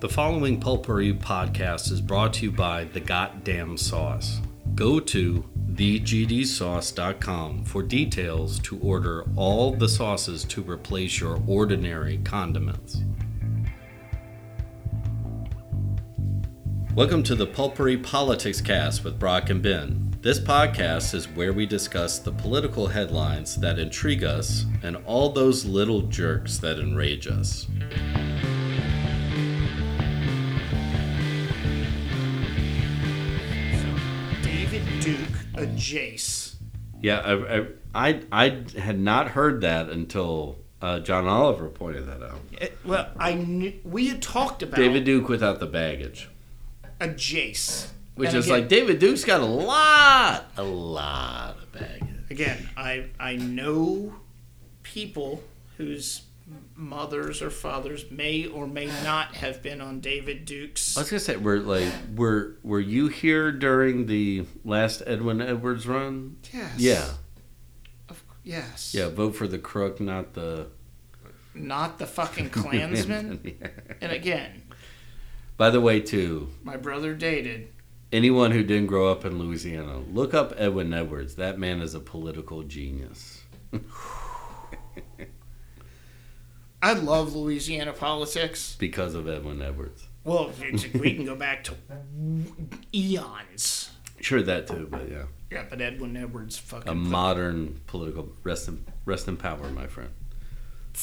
The following Pulpery podcast is brought to you by The Goddamn Sauce. Go to thegdsauce.com for details to order all the sauces to replace your ordinary condiments. Welcome to the Pulpery Politics Cast with Brock and Ben. This podcast is where we discuss the political headlines that intrigue us and all those little jerks that enrage us. David Duke, a Jace. Yeah, I, I, I, I had not heard that until uh, John Oliver pointed that out. Eh, well, I knew, we had talked about David Duke without the baggage, a Jace, which And is again- like David Duke's got a lot, a lot of baggage. again. I I know people whose mothers or fathers may or may not have been on David Duke's. I was gonna say, were like, were were you here during the last Edwin Edwards run? Yes. Yeah, Of, yes. yeah. Vote for the crook, not the Not the fucking Klansman. and again, By the way, too, my brother dated. anyone who didn't grow up in Louisiana, look up Edwin Edwards. That man is a political genius. I love Louisiana politics. because of Edwin Edwards. Well, it's- we can go back to eons. Sure, that too, but yeah, Yeah, but Edwin Edwards fucking a modern political rest in rest in power, my friend.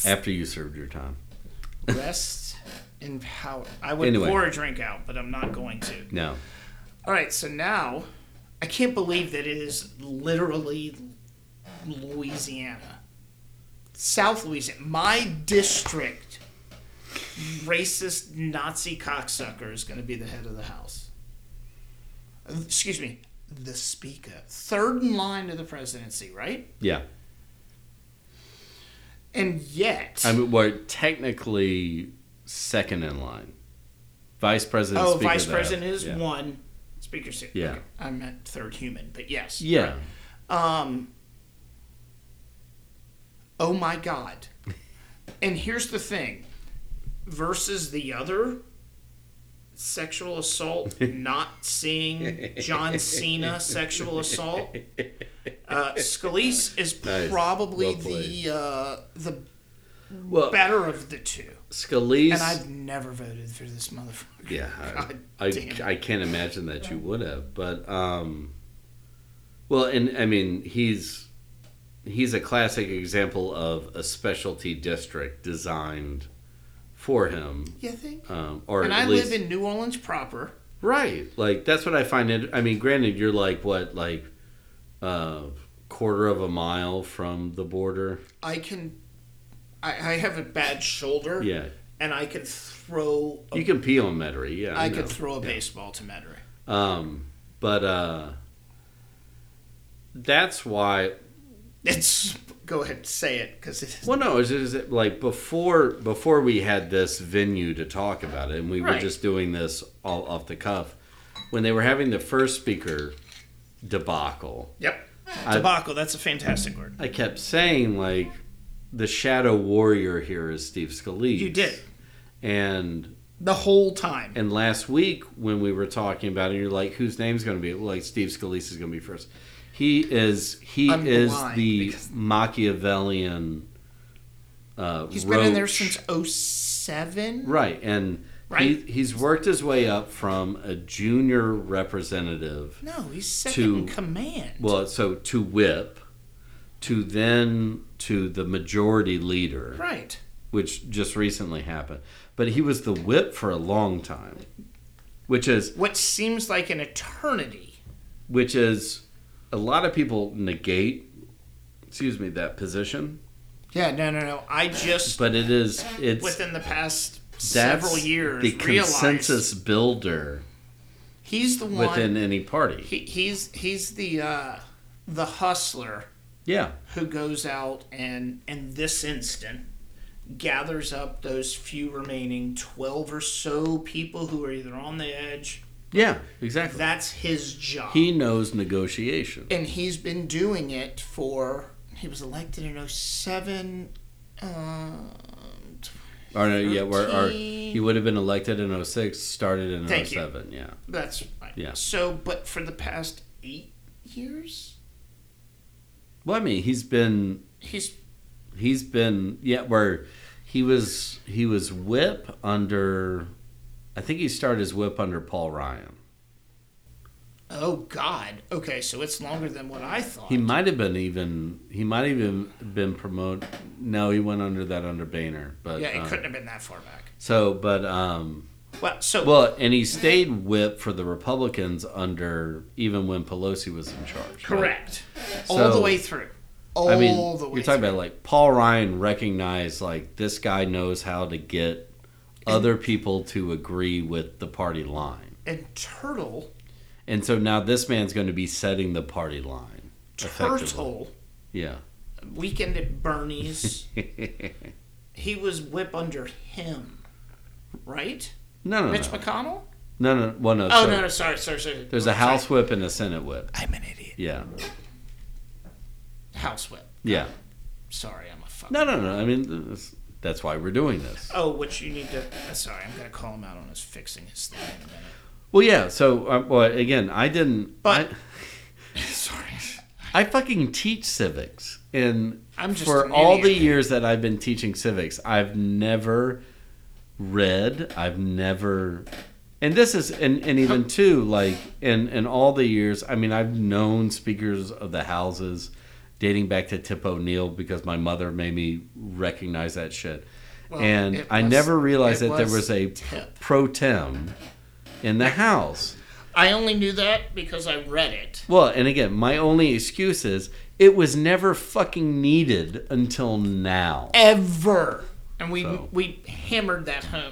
After you served your time, Rest in power. I would Anyway. pour a drink out, but I'm not going to. no, All right, so now I can't believe that it is literally Louisiana. South Louisiana. My district, racist Nazi cocksucker is going to be the head of the house. Uh, Excuse me, the speaker. Third in line to the presidency, right? yeah. And yet. I mean, we're technically second in line. Vice president. Oh, Speaker vice of the president House. is yeah. one. Speaker six. Yeah. Okay. I meant third human, but yes. Yeah, Um. Oh my God. And here's the thing, versus the other sexual assault, not seeing John Cena sexual assault. Uh, Scalise is Nice. probably Well played. Oh. the uh, the well, better of the two, Scalise. and I've never voted for this motherfucker. Yeah, God I, damn. I, I can't imagine that you would have, but um, well, and I mean he's he's a classic example of a specialty district designed for him, You think? um, or and at I least live in New Orleans proper. right. Like that's what I find. It. I mean, granted, you're like what, like uh, quarter of a mile from the border. I can, I, I have a bad shoulder, Yeah, and I could throw. A, you can pee on Metairie. Yeah, I know. could throw a baseball to Metairie. Um, but uh, that's why It's go ahead, say it because it is. Well, no, is is it like before before we had this venue to talk about it, and we were Right. just doing this all off the cuff when they were having the first speaker debacle. Yep, debacle. That's a fantastic word. I kept saying like the shadow warrior here is Steve Scalise. You did and the whole time. and last week when we were talking about it, you're like, whose name's going to be? Well, like Steve Scalise is going to be first. He is he I'm is blind the because- Machiavellian. Uh, He's been in there roach. since 07. Right, and Right. He, he's worked his way up from a junior representative, No, he's second To- in command. well, so to whip, to then to the majority leader, right. which just recently happened. But he was the whip for a long time, which is What seems like an eternity. which is a lot of people negate, excuse me, that position, Yeah, no, no, no. I just but it is it's within the past that's several years the realized consensus builder he's the one within any party. he, he's he's the uh, the hustler Yeah. who goes out and in this instant gathers up those few remaining 12 or so people who are either on the edge Yeah, exactly. that's his job He knows negotiation. and he's been doing it for he was elected oh in 07 um, uh, Or no, yeah, or, or 13, He would have been elected in 06, started in Thank you. 07. Yeah. That's right. Yeah. So, but for the past eight years, Well, I mean, he's been he's he's been yeah where he was he was whip under I think he started his whip under Paul Ryan. oh god. Okay, so it's longer than what I thought. He might have been even he might even been promoted. No, he went under that under Boehner, but yeah, it um, couldn't have been that far back. so but um Well, so well and he stayed whip for the Republicans under even when Pelosi was in charge. correct, all the So- way through. All I mean, the way you're talking through. about like Paul Ryan recognized like this guy knows how to get other people to agree with the party line, and Turtle, and so now this man's going to be setting the party line. effectively. Turtle, Yeah. Weekend at Bernie's. he was whip under him, right? No, no, Mitch no, McConnell. no, no, well, no. Oh sorry. no, no, sorry, sorry, sorry. There's a House whip and a Senate whip. I'm an idiot. Yeah, House whip. yeah. Sorry, I'm a fuck. No, no, no. I mean, that's- that's why we're doing this. Oh, which you need to. uh, Sorry, I'm gonna call him out on his fixing his thing in a minute. Well, yeah. So, um, well, again, I didn't. But- sorry. I fucking teach civics, and I'm just for an all the idiot. years that I've been teaching civics, I've never read. I've never, and this is, and, and even too, like in in all the years, I mean, I've known speakers of the houses, dating back to Tip O'Neill because my mother made me recognize that shit, Well, and it I was- never realized it that there was was a Tip. pro tem in the house. I only knew that because I read it. Well, and again, my only excuse is it was never fucking needed until now. Ever. And we So. we hammered that home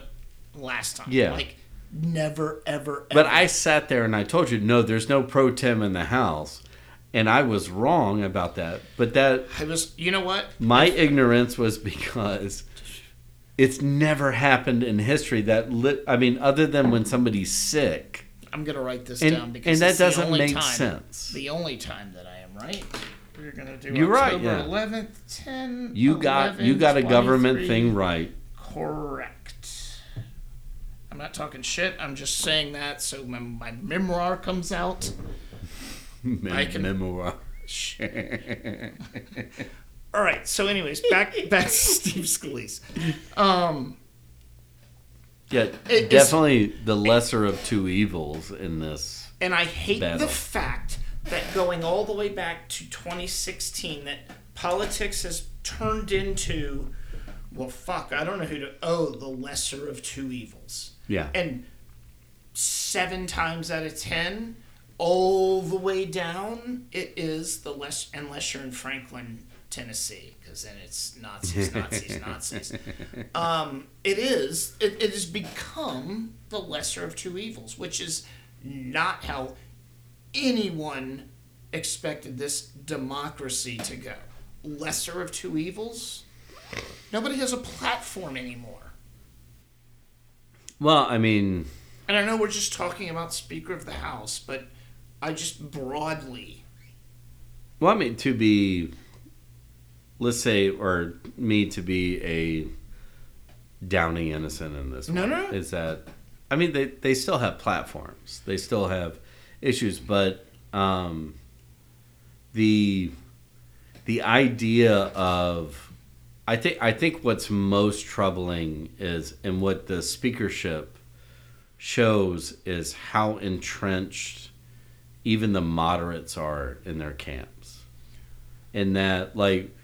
last time. Yeah. Like never ever. ever. But I sat there and I told you, no, there's no pro tem in the house, and I was wrong about that. But that I was. You know what? my ignorance was because it's never happened in history that lit. I mean, other than when somebody's sick, I'm gonna write this and down because and that it's the doesn't only make time- sense. The only time that I am right. We're gonna do You're right, October yeah. 11th, 10. You got you got a government thing right. Correct. I'm not talking shit. I'm just saying that so my, my memoir comes out. I can- Memoir. Shh. All right. So, anyways, back back to Steve Scalise. Um, Yeah, it's- definitely the lesser of two evils in this. and I hate the Battle. fact that going all the way back to 2016, that politics has turned into, well, fuck, I don't know who to. Oh, the lesser of two evils. Yeah. and seven times out of ten, all the way down, it is the less unless you're in Franklin, Tennessee, because then it's Nazis, Nazis, Nazis. Um, it is. It, it has become the lesser of two evils, which is not how anyone expected this democracy to go. Lesser of two evils. Nobody has a platform anymore. Well, I mean, And I know we're just talking about Speaker of the House, but I just broadly. well, I mean to be, let's say, or me to be a downing innocent in this. No, one, no. Is that? I mean, they they still have platforms. They still have issues, but um, the the idea of I think I think what's most troubling is and what the speakership shows is how entrenched even the moderates are in their camps. And that like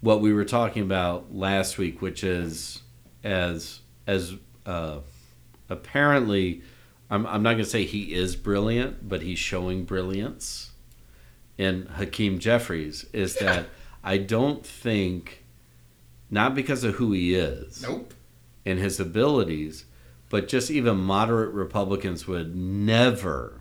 what we were talking about last week, which is as as uh, apparently I'm, I'm not gonna say he is brilliant, but he's showing brilliance in Hakeem Jeffries is that I don't think not because of who he is Nope. and his abilities, but just even moderate Republicans would never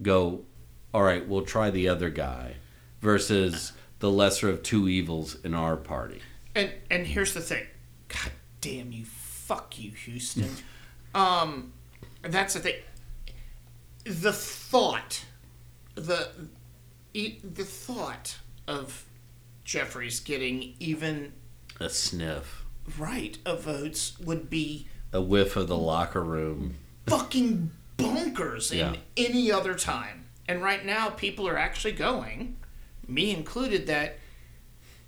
go, all right, we'll try the other guy versus the lesser of two evils in our party. And and here's the thing. God damn you! Fuck you, Houston. um, that's the thing. The thought, the e- the thought of Jeffries getting even A sniff. right of votes would be a whiff of the locker room. fucking bonkers in Yeah. any other time. And right now, people are actually going, me included, that,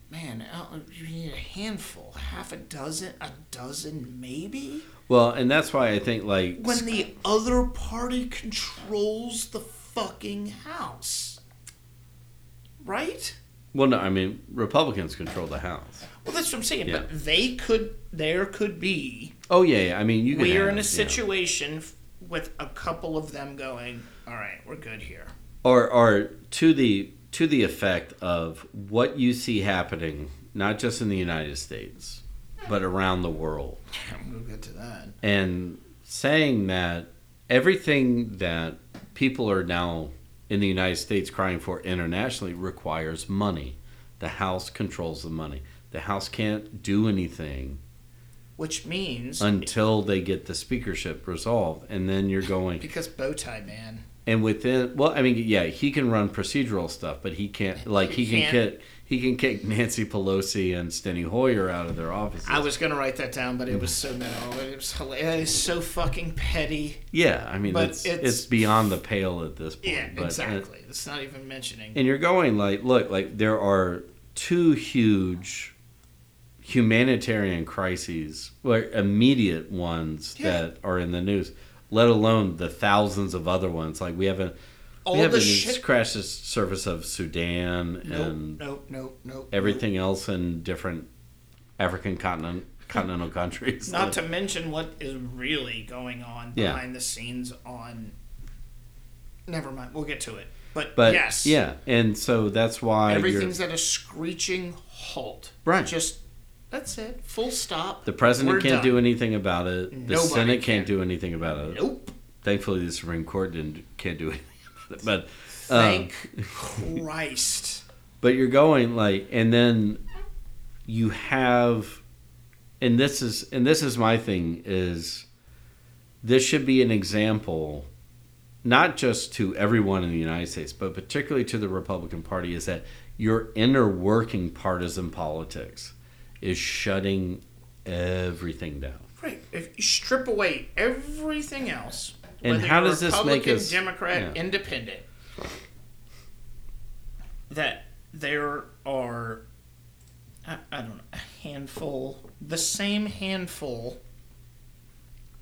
man, Al- you need a handful, half a dozen, a dozen maybe? Well, and that's why I think like When the other party controls the fucking house. Right? well, no, I mean Republicans control the House. Well, that's what I'm saying, Yeah. but they could, there could be Oh yeah, yeah. I mean you. Can we are have- in yeah. a situation f with a couple of them going, all right, we're good here. or or to the to the effect of what you see happening, not just in the United States, but around the world. We'll get to that. and saying that everything that people are now in the United States crying for internationally requires money. The House controls the money. The House can't do anything Which means until they get the speakership resolved, and then you're going because Bowtie Man, and within. Well, I mean, yeah, he can run procedural stuff, but he can't. Like he, He can can't. kick, he can kick Nancy Pelosi and Steny Hoyer out of their offices. I was gonna write that down, but it was so metal. It was hilarious. It is so fucking petty. yeah, I mean, But it's, it's it's- beyond the pale at this point. Yeah, but, uh, exactly. It's not even mentioning. and you're going like look like there are two huge humanitarian crises or immediate ones Yeah. that are in the news let alone the thousands of other ones like we haven't All we the haven't shit- even scratched the surface of sudan and Nope, nope, nope, nope. um, everything else in different african continent continental countries Not to mention what is really going on Yeah. behind the scenes on. Never mind. We'll get to it. But, but yes, yeah and so that's why you're- everything's at a screeching halt. Right. Just that's it. Full stop. the president We're can't done. do anything about it the Nobody senate can't can. do anything about it Nope. Thankfully, the Supreme Court didn't can't do anything. about it. But um, Thank Christ. but you're going like, and then you have, and this is and this is my thing is this should be an example, not just to everyone in the United States, but particularly to the Republican Party, is that your inner working partisan politics is shutting everything down. Right. If you strip away everything else, And whether how you're does this make Republican, us- Democrat, yeah. Independent? That there are, I, I don't know, a handful, the same handful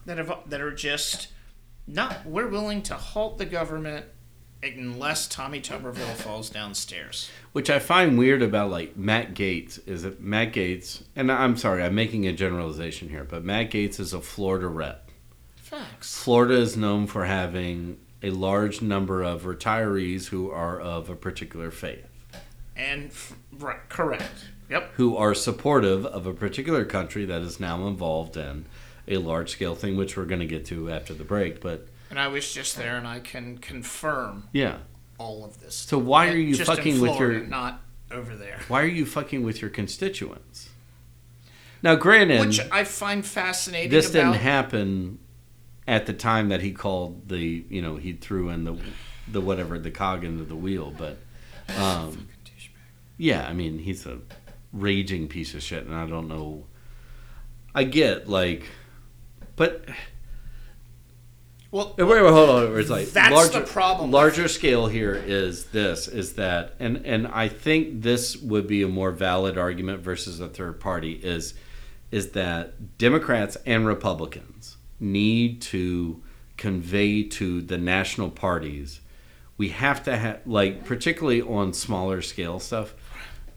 that have that are just not. We're willing to halt the government unless Tommy Tuberville falls downstairs. which I find weird about like Matt Gates is that Matt Gates, and I'm sorry, I'm making a generalization here, but Matt Gates is a Florida rep. Facts. Florida is known for having a large number of retirees who are of a particular faith, And f- right, correct. Yep. who are supportive of a particular country that is now involved in a large scale thing, which we're going to get to after the break. But And I was just there, and I can confirm yeah, all of this. so why are you Just in fucking with Florida, your not over there? why are you fucking with your constituents? Now, granted, Which I find fascinating. this about, didn't happen at the time that he called the you know he threw in the the whatever the cog into the wheel but um, yeah i mean he's a raging piece of shit and i don't know i get like but Well, wait, wait hold on it's like That's larger, the problem. larger scale here is this is that and and i think this would be a more valid argument versus a third party is is that democrats and republicans need to convey to the national parties we have to have like particularly on smaller scale stuff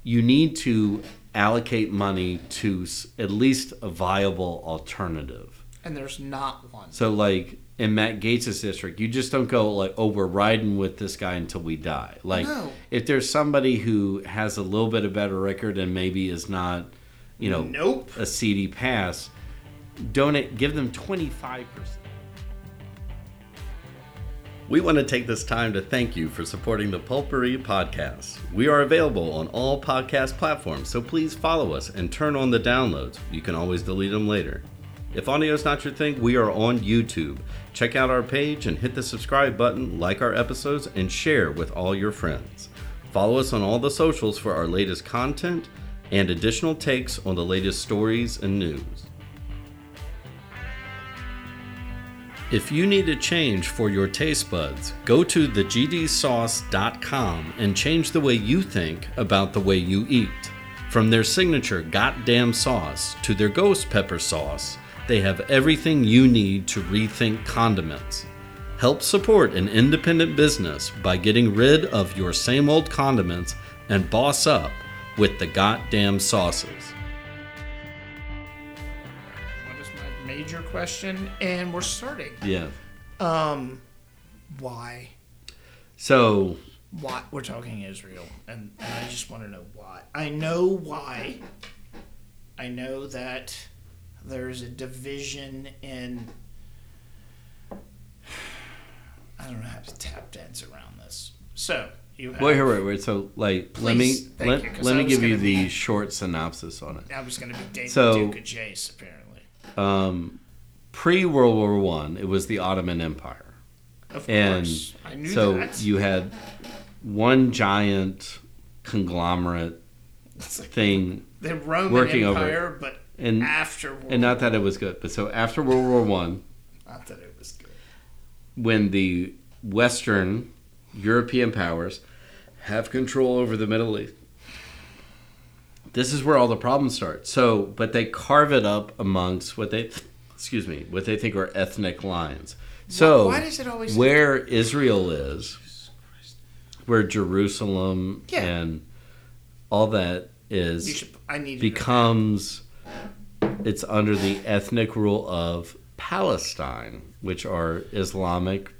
you need to allocate money to s- at least a viable alternative and there's not one. so like in Matt Gates' district, you just don't go like, oh, we're riding with this guy until we die. Like No. if there's somebody who has a little bit of better record and maybe is not, you know, Nope. a CD pass, donate give them twenty five percent. We want to take this time to thank you for supporting the Pulpery Podcast. We are available on all podcast platforms, so please follow us and turn on the downloads. You can always delete them later. If audio's not your thing, we are on YouTube. Check out our page and hit the subscribe button, like our episodes, and share with all your friends. Follow us on all the socials for our latest content and additional takes on the latest stories and news. If you need a change for your taste buds, go to thegdsauce.com and change the way you think about the way you eat. From their signature goddamn sauce to their ghost pepper sauce, they have everything you need to rethink condiments. Help support an independent business by getting rid of your same old condiments and boss up with the goddamn sauces. What is my major question? And we're starting. Yeah. Um, why? So, Why? We're talking Israel, and, and I just want to know why. I know why. I know that there's a division in. I don't know how to tap dance around this. So you have. wait, wait, wait, wait. So, like, let me Please, thank let, you, 'cause let I me was give you gonna the be- short synopsis on it. I was going to be David So- Duke of Jace, apparently. um, pre World War One, it was the Ottoman Empire, Of and course, I knew so that. you had one giant conglomerate It's like thing, the Roman working over Empire, but and after World and not that it was good, but so after World War One, not that it was good. when the Western European powers have control over the Middle East. This is where all the problems start. So, but they carve it up amongst what they, excuse me, what they think are ethnic lines. So, why does it always- where Israel is, where Jerusalem Yeah. and all that You is should. I need to becomes it's under the ethnic rule of Palestine, which are Islamic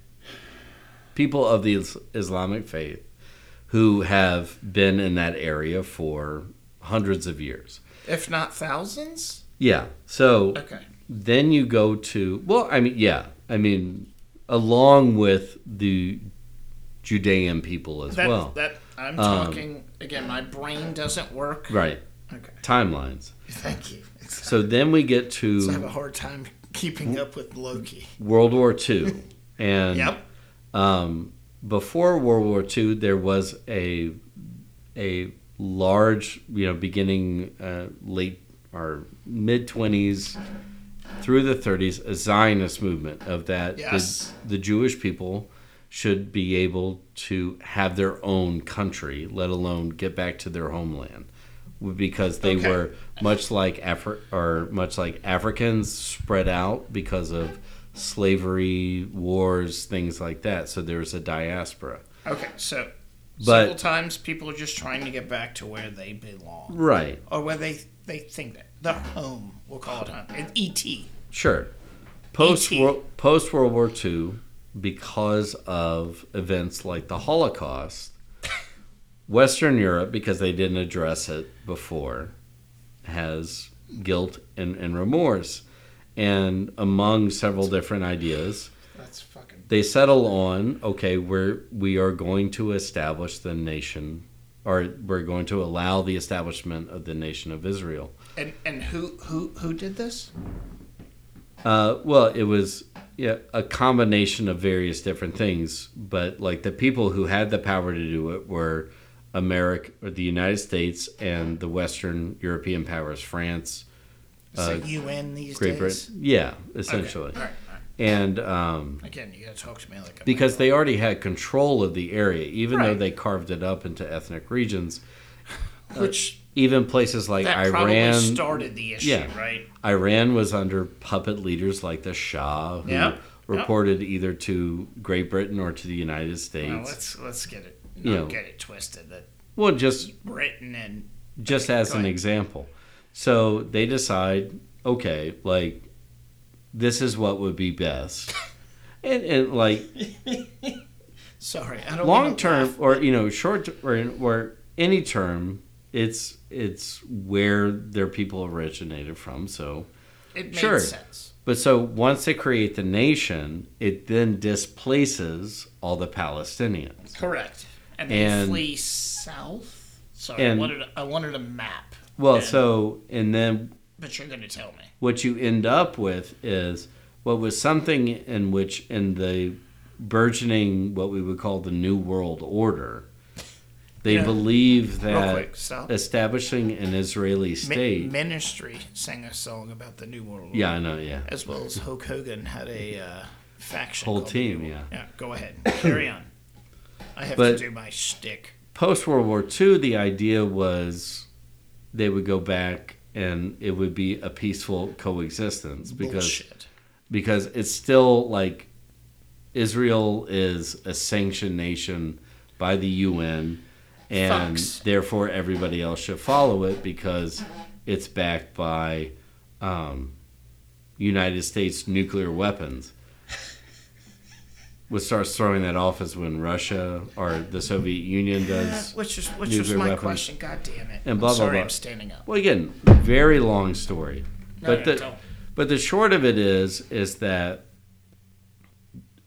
people of the Is- Islamic faith who have been in that area for hundreds of years. if not thousands. Yeah. So Okay. then you go to well, I mean, yeah, I mean, along with the Judean people as That, well, that I'm um, talking again. My brain doesn't work. right? Okay. Timelines. Thank you. It's- So then we get to I have a hard time keeping up with Loki. World War II. And Yep. um, before World War II, there was a a large, you know, beginning uh, late or mid twenties through the thirties, a Zionist movement of that Yes. the, the Jewish people should be able to have their own country, let alone get back to their homeland, because they Okay. were much like Afri- or much like Africans spread out because of slavery, wars, things like that. So there's a diaspora. Okay. So But- several times people are just trying to get back to where they belong Right. or where they they think that the home. We'll call it home. E And ET. Sure. Post ET. wor- post World War II, because of events like the Holocaust, Western Europe, because they didn't address it before, has guilt and, and remorse. And among several different ideas, That's fucking. they settle on okay we're we are going to establish the nation or we're going to allow the establishment of the nation of israel And and who who who did this? uh, well it was yeah, a combination of various different things but like the people who had the power to do it were america or the united states and the western european powers france It's like UN these Uh, great days. britain yeah Okay, essentially all right, all right. and um, Again, you gotta talk to me like a because they already had control of the area, even though Right. they carved it up into ethnic regions. man, which Even places like that Iran, probably started the issue, Yeah. right? Iran was under puppet leaders like the Shah, who Yeah, yeah. reported either to Great Britain or to the United States. Now, Well, let's let's get it You know. not get it twisted that just Britain and just Okay, as go an ahead. example. So they decide, okay, like this is what would be best, and and like sorry, I don't long wanna term laugh. or you know short or, or any term it's it's where their people originated from so It made sure. sense. but so once they create the nation it then displaces all the palestinians Correct. And they And- flee south. Sorry, and- I wanted I wanted a map. well And- so and then but you're gonna tell me. what you end up with is what was something in which in the burgeoning what we would call the new world order they Yeah. believe Real that quick, stop. establishing an israeli Mi- state ministry sang a song about the New World Order. Yeah, I know. Yeah, As well as Hulk Hogan had a uh, faction. Whole called- team, yeah. Yeah, go ahead. Carry on. I have But- to do my shtick. Post World War II, the idea was they would go back and it would be a peaceful coexistence because Bullshit. because it's still like Israel is a sanctioned nation by the UN, and Fucks. therefore everybody else should follow it because it's backed by um, United States nuclear weapons. Which starts throwing that off is when Russia or the Soviet Union does. Which is which was nuclear my weapons. question. God damn it. And blah, I'm blah, sorry, blah. I'm standing up. Well, again, very long story, but yeah, the tell. but the short of it is is that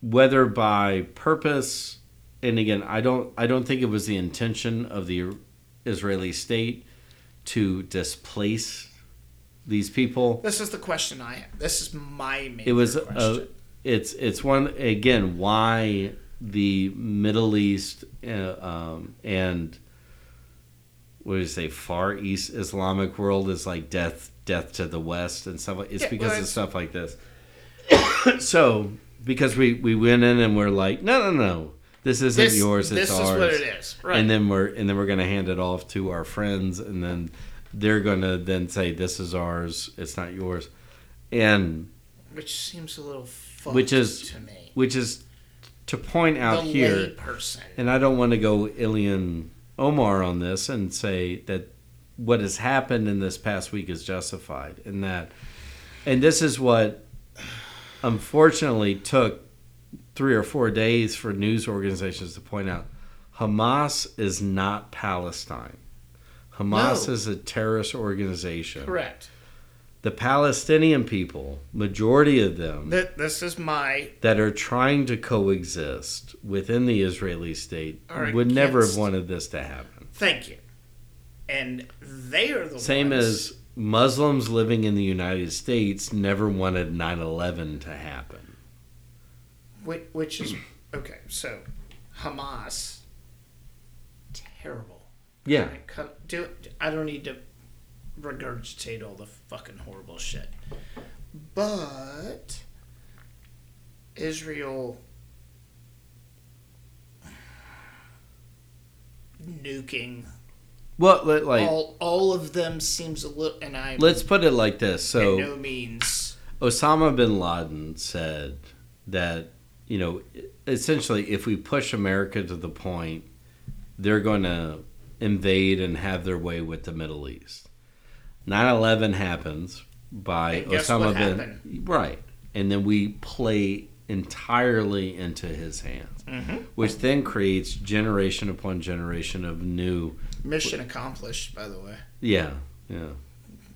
whether by purpose, and again, I don't I don't think it was the intention of the Israeli state to displace these people. This is the question I have. This is my main It was question. a, it's it's one again why the Middle East uh, um, and what do you say Far East Islamic world is like death death to the West and stuff. Like, it's Yeah, because well, of it's- stuff like this. so because we we went in and we're like no no no this isn't this, yours it's this ours is what it is. Right. and then we're and then we're gonna hand it off to our friends and then they're gonna then say this is ours it's not yours and which seems a little fucked Which is- to me. which is to point out the here, lay person. and I don't want to go Ilian Omar on this and say that what has happened in this past week is justified, and that, and this is what unfortunately took three or four days for news organizations to point out Hamas is not Palestine. Hamas No. is a terrorist organization. Correct. The Palestinian people, majority of them, Th- this is my that are trying to coexist within the Israeli state Are would never have against- wanted this to happen. thank you. And they are the Same ones- as Muslims living in the United States never wanted 9 11 to happen. Which, which is okay. So, Hamas, terrible. Yeah. I co- do I don't need to regurgitate all the fucking horrible shit. But Israel nuking Well, let, like, all all of them seems a little, and I let's put it like this. by So, no means Osama bin Laden said that, you know, essentially, if we push America to the point, they're going to invade and have their way with the Middle East. 9 11 happens by And guess Osama what bin. Right. And then we play entirely into his hands, which then creates generation upon generation of new. mission accomplished. By the way, Yeah. Yeah.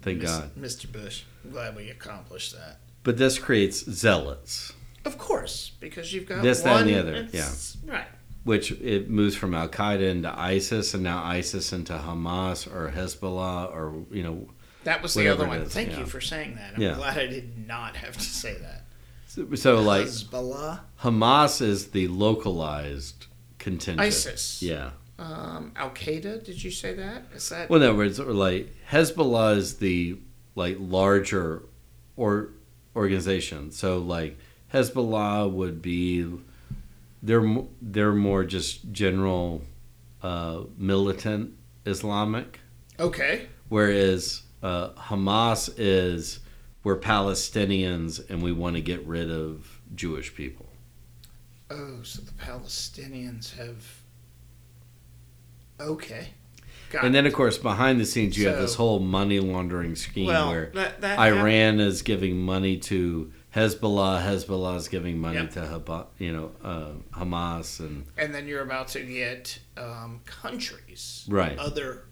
Thank Mis- God. Mr. Bush, I'm glad we accomplished that. But this creates zealots. Of course, because you've got This, that, one, and the other, it's- right. which it moves from Al Qaeda into ISIS, and now ISIS into Hamas or Hezbollah, or you know, That was the Whatever other it one. is, Thank yeah. you for saying that. I'm Yeah. glad I did not have to say that. so, so, like Hezbollah, Hamas is the localized contingent. ISIS, Yeah. um, Al Qaeda. Did you say that? Is that Well, in other words, or like Hezbollah is the like larger or organization. So like Hezbollah would be they're mo- they're more just general uh, militant Islamic. okay? whereas uh, Hamas is we're Palestinians and we want to get rid of Jewish people. Oh, so the Palestinians have okay. Got And it. then, of course, behind the scenes, you have this So- whole money laundering scheme well, where that, that Iran is giving money to Hezbollah, Hezbollah is giving money Yep. to Haba, you know uh, Hamas, and hap- and then you're about to get um, countries, Right. Other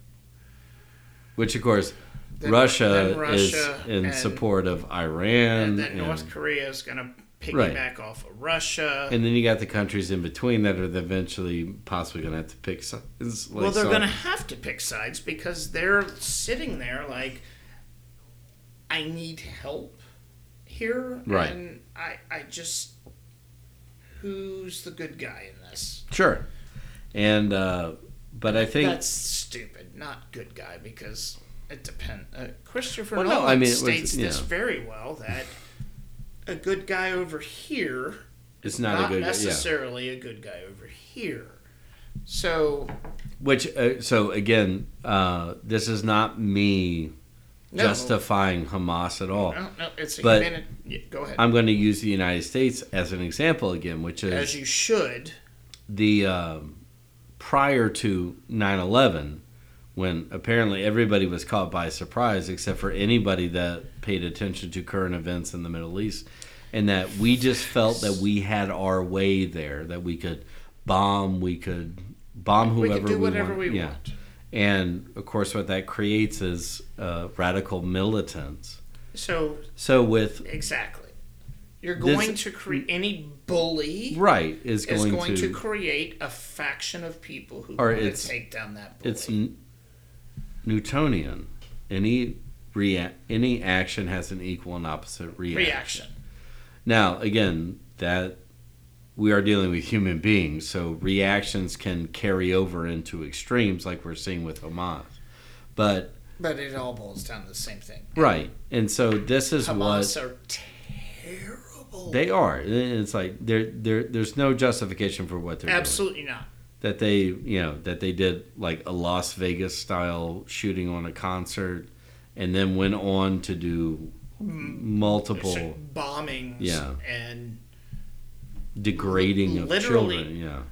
which, of course, Then- Russia, then Russia is in and- support of and Iran, then and, North Korea is going to Right. piggyback off of Russia. and then you got the countries in between that are eventually possibly going to have to pick. Some, it's like well, they're some- going to have to pick sides because they're sitting there like, I need help here. Right. And I, I just, who's the good guy in this? Sure. And uh, but I think That's stupid. Not good guy because it depends. Uh, Christopher Well, no, Nolan I mean, it was- states this yeah. very well that a good guy over here It's not, a good yeah. necessarily a good guy over here. So Which uh, so again, uh, this is not me No. justifying Hamas at all. no, no, it's a But- minute. Yeah, go ahead. I'm going to use the United States as an example again, which is As you should. the um, prior to 9/11 when apparently everybody was caught by surprise except for anybody that paid attention to current events in the Middle East and that we just felt that we had our way there that we could bomb we could bomb We whoever can do whatever want. we Yeah. want. and of course what that creates is uh, radical militants So so with exactly, you're This- going to create any bully right is is going, going, to, to, create a faction of people who Or want to it's- take down that bully. it's n- Newtonian. Any rea- any action has an equal and opposite reaction. reaction. Now, again, that we are dealing with human beings, so reactions can carry over into extremes, like we're seeing with Hamas. But But it all boils down to the same thing. right, and so this is what Hamas are terrible. they are. And It's like there there there's no justification for what they're doing. Absolutely not. that they you know that they did like a Las Vegas style shooting on a concert and then went on to do multiple Certain bombings Yeah. and degrading of Literally. children yeah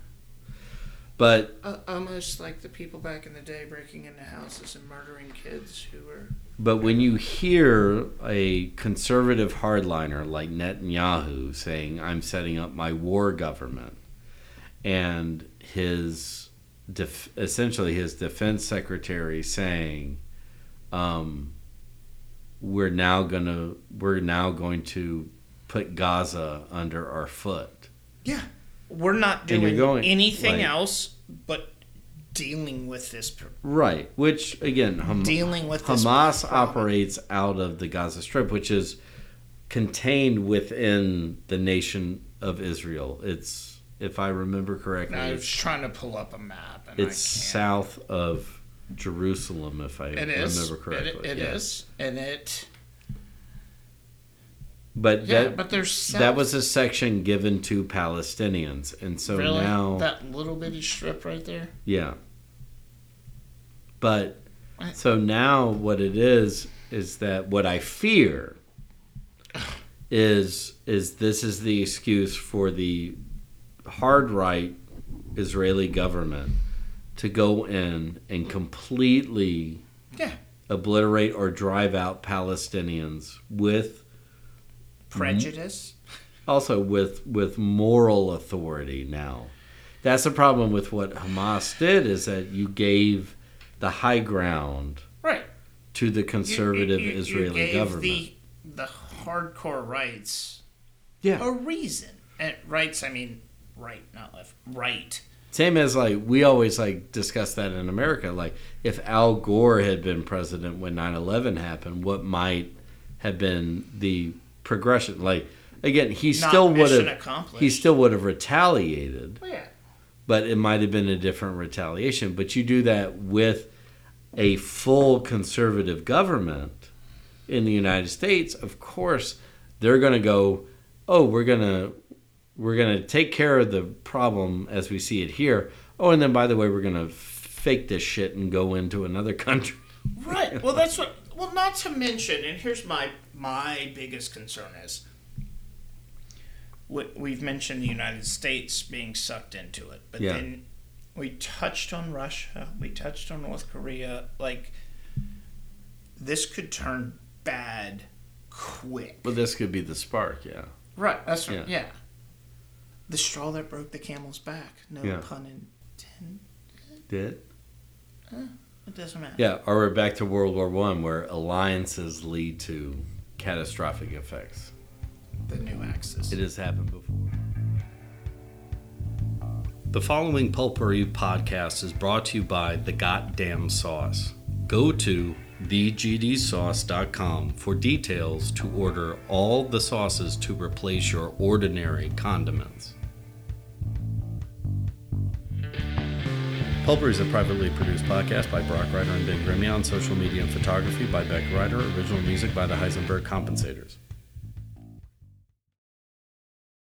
but uh, almost like the people back in the day breaking into houses and murdering kids who were but when you hear a conservative hardliner like Netanyahu saying I'm setting up my war government and his def- essentially his defense secretary saying um, we're now gonna we're now going to put Gaza under our foot. yeah we're not And you're doing going, anything like- else but dealing with this pr- Right. Which again Ham- dealing with this Hamas problem. operates out of the Gaza Strip, which is contained within the nation of Israel. It's if I remember correctly, I was it's, trying to pull up a map and it's I can't. south of Jerusalem if I It remember is. correctly. It, it yeah. is. and it. But Yeah, that but there's south, that was a section given to Palestinians, and so really now that little bitty strip right there. Yeah. But What? so now what it is is that what I fear is is this is the excuse for the hard right Israeli government to go in and completely Yeah. obliterate or drive out Palestinians with Mm-hmm. Prejudice. also with with moral authority now that's the problem with what hamas did is that you gave the high ground Right. to the You- you- conservative you- you israeli gave government The, the hardcore rights yeah a reason. And rights, I mean, right, not left. Right. same as like we always like discuss that in america like if al gore had been president when 9-11 happened what might have been the progression like again he Not still would mission have accomplished. he still would have retaliated Oh, yeah. but it might have been a different retaliation. But you do that with a full conservative government in the United States, of course, they're going to go, oh, we're going to we're going to take care of the problem as we see it here. Oh, and then by the way, we're going to fake this shit and go into another country. Right. Well, that's what. Well, not to mention, and here's my my biggest concern is we, we've mentioned the United States being sucked into it, but Yeah. then we touched on Russia, we touched on North Korea. Like this could turn bad quick. Well, this could be the spark, yeah. Right. That's right. Yeah. Yeah. The straw that broke the camel's back. No Yeah. pun intended. Did It doesn't matter. yeah, or we're back to World War One, where alliances lead to catastrophic effects. The new axis. It has happened before. The following Pulpery podcast is brought to you by The Goddamn Sauce. Go to thegdsauce.com for details to order all the sauces to replace your ordinary condiments. Pulper is a privately produced podcast by Brock Ryder and Ben Grimmie on social media and photography by Beck Ryder, original music by the Heisenberg Compensators.